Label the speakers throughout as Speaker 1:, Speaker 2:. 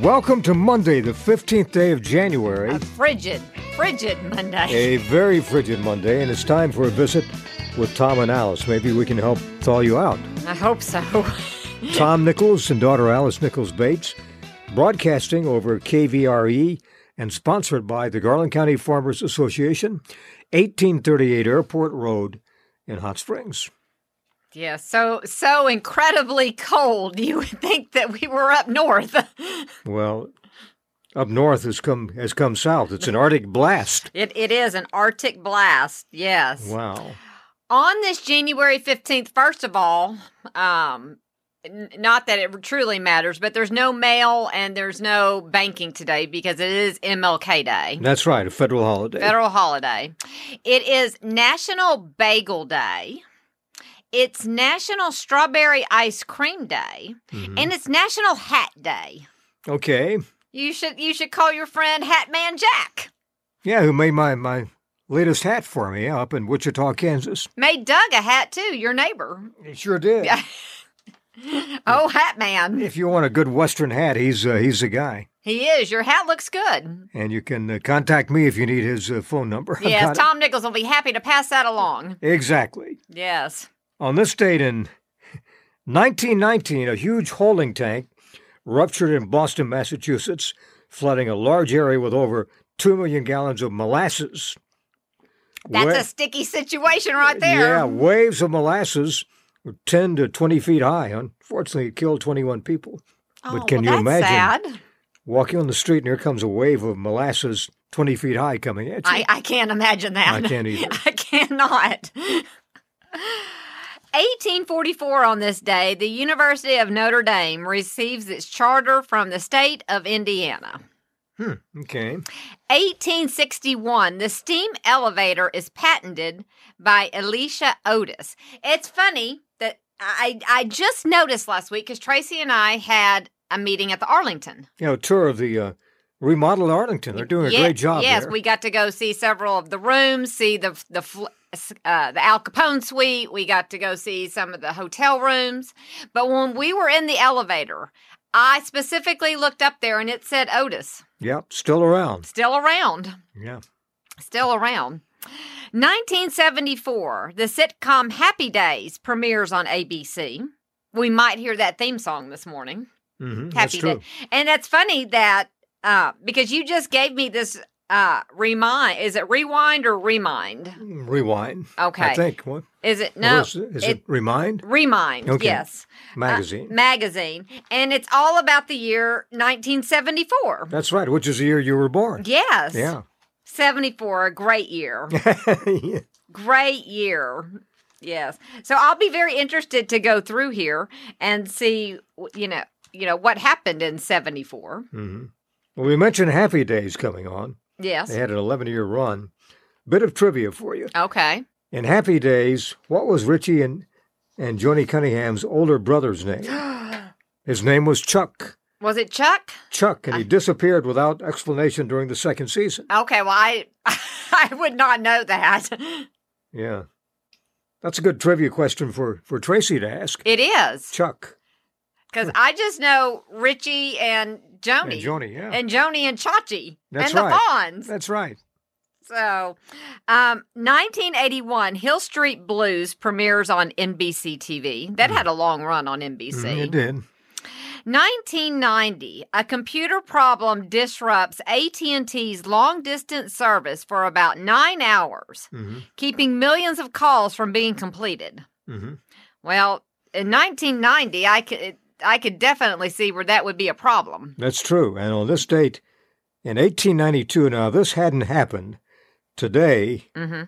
Speaker 1: Welcome to Monday, the 15th day of January,
Speaker 2: A frigid, frigid Monday.
Speaker 1: a very frigid Monday, and it's time for a visit with Tom and Alice. Maybe we can help thaw you out.
Speaker 2: I hope so.
Speaker 1: Tom Nichols and daughter Alice Nichols Bates, broadcasting over KVRE E and sponsored by the Garland County Farmers Association, 1838 Airport Road in Hot Springs.
Speaker 2: yeah, so so incredibly cold. You would think that we were up north.
Speaker 1: Well, up north has come has come south. It's an Arctic blast.
Speaker 2: it it is an Arctic blast. Yes.
Speaker 1: Wow.
Speaker 2: On this January fifteenth, first of all, um, n- not that it truly matters, but there's no mail and there's no banking today because it is MLK Day.
Speaker 1: That's right, a federal holiday.
Speaker 2: Federal holiday. It is National Bagel Day. It's National Strawberry Ice Cream Day,
Speaker 1: Mhm.
Speaker 2: and it's National Hat Day.
Speaker 1: Okay.
Speaker 2: You should you should call your friend Hat Man Jack.
Speaker 1: Yeah, who made my my latest hat for me up in Wichita, Kansas.
Speaker 2: Made Doug a hat too, your neighbor.
Speaker 1: It sure did.
Speaker 2: Yeah. Oh, Hat Man.
Speaker 1: If you want a good Western hat, he's uh, he's the guy.
Speaker 2: He is. Your hat looks good.
Speaker 1: And you can uh, contact me if you need his uh, phone number. I've got
Speaker 2: Yes,
Speaker 1: it.
Speaker 2: Tom Nichols will be happy to pass that along.
Speaker 1: Exactly.
Speaker 2: Yes.
Speaker 1: On this date in 1919, a huge holding tank ruptured in Boston, Massachusetts, flooding a large area with over 2 million gallons of molasses.
Speaker 2: That's
Speaker 1: Wa-
Speaker 2: a sticky situation right there.
Speaker 1: Yeah, waves of molasses were 10 to 20 feet high. Unfortunately, it killed 21 people.
Speaker 2: Oh,
Speaker 1: but can
Speaker 2: well,
Speaker 1: you
Speaker 2: that's
Speaker 1: imagine?
Speaker 2: sad.
Speaker 1: Walking on the street, and here comes a wave of molasses 20 feet high coming at you.
Speaker 2: I, I can't imagine that.
Speaker 1: I can't either.
Speaker 2: I cannot. 1844 on this day, the University of Notre Dame receives its charter from the state of Indiana.
Speaker 1: okay.
Speaker 2: 1861, the steam elevator is patented by Alicia Otis. It's funny that I, I just noticed last week because Tracy and I had a meeting at the Arlington.
Speaker 1: You know, tour of the uh, remodeled Arlington. They're doing a
Speaker 2: Ye-
Speaker 1: great job
Speaker 2: Yes,
Speaker 1: there.
Speaker 2: we got to go see several of the rooms, see the the fl- uh, the Al Capone suite. We got to go see some of the hotel rooms. But when we were in the elevator, I specifically looked up there and it said Otis
Speaker 1: Yep, still around.
Speaker 2: still around,
Speaker 1: Yeah.
Speaker 2: still around. 1974, the sitcom Happy Days premieres on ABC. We might hear that theme song this morning.
Speaker 1: hmm that's
Speaker 2: Happy
Speaker 1: true.
Speaker 2: Day. And that's funny that uh, because you just gave me this uh, remind. Is it rewind or remind?
Speaker 1: Mm, Rewind. I
Speaker 2: Okay.
Speaker 1: think. What?
Speaker 2: Is it
Speaker 1: Or
Speaker 2: no?
Speaker 1: Is, it- is
Speaker 2: it- uh,
Speaker 1: it, Remind
Speaker 2: Remind.
Speaker 1: Okay.
Speaker 2: Yes.
Speaker 1: magazine?
Speaker 2: Magazine. And it's all about the year 1974.
Speaker 1: That's right, which is the year you were born.
Speaker 2: Yes.
Speaker 1: Yeah.
Speaker 2: 74, a great year.
Speaker 1: Yeah.
Speaker 2: great year. Yes. So I'll be very interested to go through here and see, you know, you know what happened in 74.
Speaker 1: hmm Well, we mentioned Happy Days coming on.
Speaker 2: Yes.
Speaker 1: They had an 11 year run. Bit of trivia for you.
Speaker 2: Okay.
Speaker 1: In Happy Days, what was Richie and, and Joni Cunningham's older brother's name? His name was Chuck.
Speaker 2: Was it Chuck?
Speaker 1: Chuck, and he disappeared without explanation during the second season.
Speaker 2: Okay, well, I I would not know that.
Speaker 1: Yeah. That's a good trivia question for, for Tracy to ask.
Speaker 2: It is
Speaker 1: Chuck
Speaker 2: because I just know Richie and Joni
Speaker 1: and Joni, yeah.
Speaker 2: and Joni and Chachi
Speaker 1: That's
Speaker 2: and the
Speaker 1: right.
Speaker 2: Fonz.
Speaker 1: That's right.
Speaker 2: So, um, 1981, Hill Street Blues premieres on NBC TV. That had a long run on NBC.
Speaker 1: Mhm, Mm. It did.
Speaker 2: 1990, a computer problem disrupts AT&T's long-distance service for about nine hours,
Speaker 1: hmm
Speaker 2: keeping millions of calls from being completed.
Speaker 1: hmm
Speaker 2: Well, in 1990, I could I could definitely see where that would be a problem.
Speaker 1: That's true. And on this date, in 1892, now this hadn't happened. Today,
Speaker 2: hmm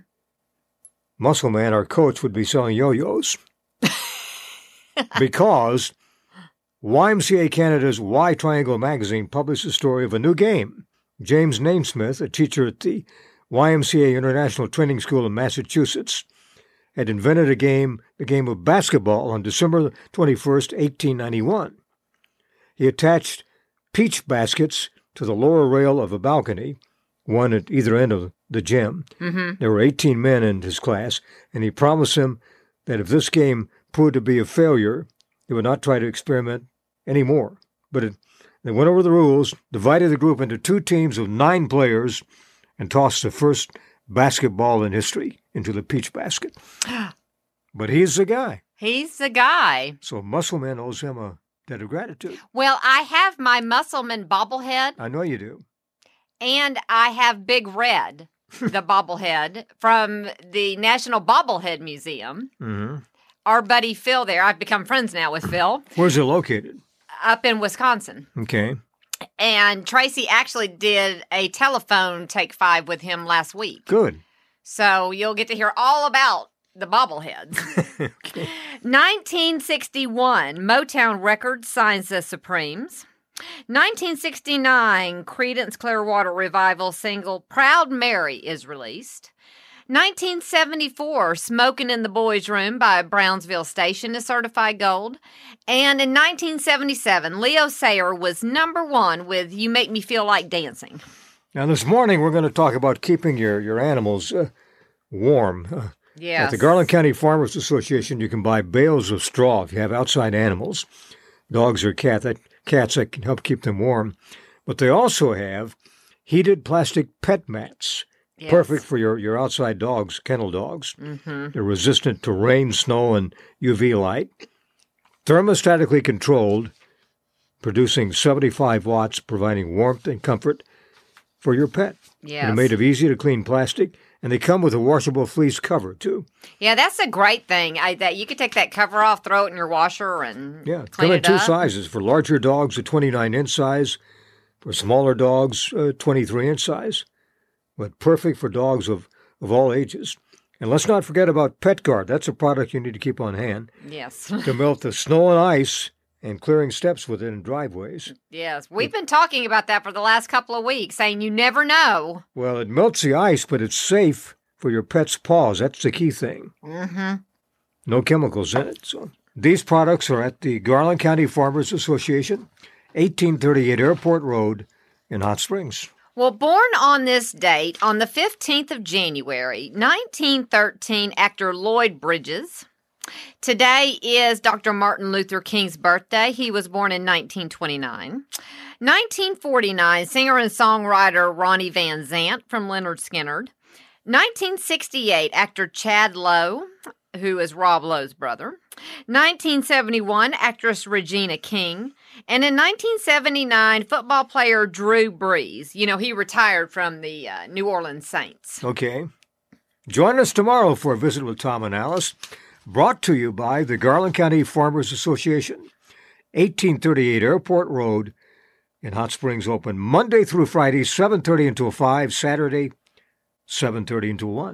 Speaker 1: Muscle Man, our coach, would be selling yo yo's because YMCA Canada's Y Triangle magazine published a story of a new game. James Namesmith, a teacher at the YMCA International Training School in Massachusetts, had invented a game, the game of basketball, on December 21st, 1891. He attached peach baskets to the lower rail of a balcony, one at either end of the gym,
Speaker 2: hmm
Speaker 1: there were 18 men in his class, and he promised them that if this game proved to be a failure, they would not try to experiment anymore. But it, They went over the rules, divided the group into two teams of nine players, and tossed the first basketball in history into the peach basket. But he's the guy.
Speaker 2: He's the guy.
Speaker 1: So Muscleman owes him a debt of gratitude.
Speaker 2: Well, I have my Muscleman bobblehead,
Speaker 1: I know you do.
Speaker 2: and I have Big Red, the bobblehead from the National Bobblehead Museum.
Speaker 1: Mm-hmm.
Speaker 2: Our buddy Phil there. I've become friends now with Phil
Speaker 1: Where's it located?
Speaker 2: up in Wisconsin.
Speaker 1: Okay.
Speaker 2: And Tracy actually did a telephone take five with him last week.
Speaker 1: Good.
Speaker 2: So you'll get to hear all about the bobbleheads. 1961, Motown Records signs the Supremes. 1969, Credence Clearwater Revival single Proud Mary is released. 1974, Smoking in the Boys Room by Brownsville Station is certified gold. And in 1977, Leo Sayer was number one with You Make Me Feel Like Dancing.
Speaker 1: Now, this morning we're going to talk about keeping your, your animals uh, warm. Uh,
Speaker 2: Yes.
Speaker 1: At the Garland County Farmers Association, you can buy bales of straw if you have outside animals, dogs or cat, that, cats that can help keep them warm. But they also have heated plastic pet mats,
Speaker 2: Yes.
Speaker 1: perfect for your, your outside dogs, kennel dogs.
Speaker 2: Mhm.
Speaker 1: They're resistant to rain, snow, and UV light. Thermostatically controlled, producing 75 watts, providing warmth and comfort for your pet.
Speaker 2: Yes.
Speaker 1: They're made of easy to clean plastic, and they come with a washable fleece cover, too.
Speaker 2: Yeah, that's a great thing. I, that you could take that cover off, throw it in your washer, and
Speaker 1: Yeah,
Speaker 2: clean
Speaker 1: come in
Speaker 2: it
Speaker 1: two
Speaker 2: up.
Speaker 1: sizes for larger dogs, a 29 inch size, for smaller dogs, a 23 inch size, but perfect for dogs of, of all ages. And let's not forget about Pet Guard. That's a product you need to keep on hand
Speaker 2: Yes,
Speaker 1: to melt the snow and ice and clearing steps within driveways.
Speaker 2: yes. We've been talking about that for the last couple of weeks, saying you never know.
Speaker 1: Well, it melts the ice, but it's safe for your pet's paws. That's the key thing.
Speaker 2: Mm-hmm.
Speaker 1: No chemicals in it. So these products are at the Garland County Farmers Association, 1838 Airport Road in Hot Springs.
Speaker 2: Well, born on this date, on the 15th of January, 1913, actor Lloyd Bridges. Today is Dr. Martin Luther King's birthday. He was born in 1929. 1949, singer and songwriter Ronnie Van Zant from Leonard Skinnard. 1968, actor Chad Lowe, who is Rob Lowe's brother. 1971, actress Regina King. And in 1979, football player Drew Brees. You know, he retired from the uh, New Orleans Saints.
Speaker 1: Okay. Join us tomorrow for a visit with Tom and Alice, brought to you by the Garland County Farmers Association, 1838 Airport Road in Hot Springs, open Monday through Friday, 7.30 until 5, Saturday, 7.30 until 1.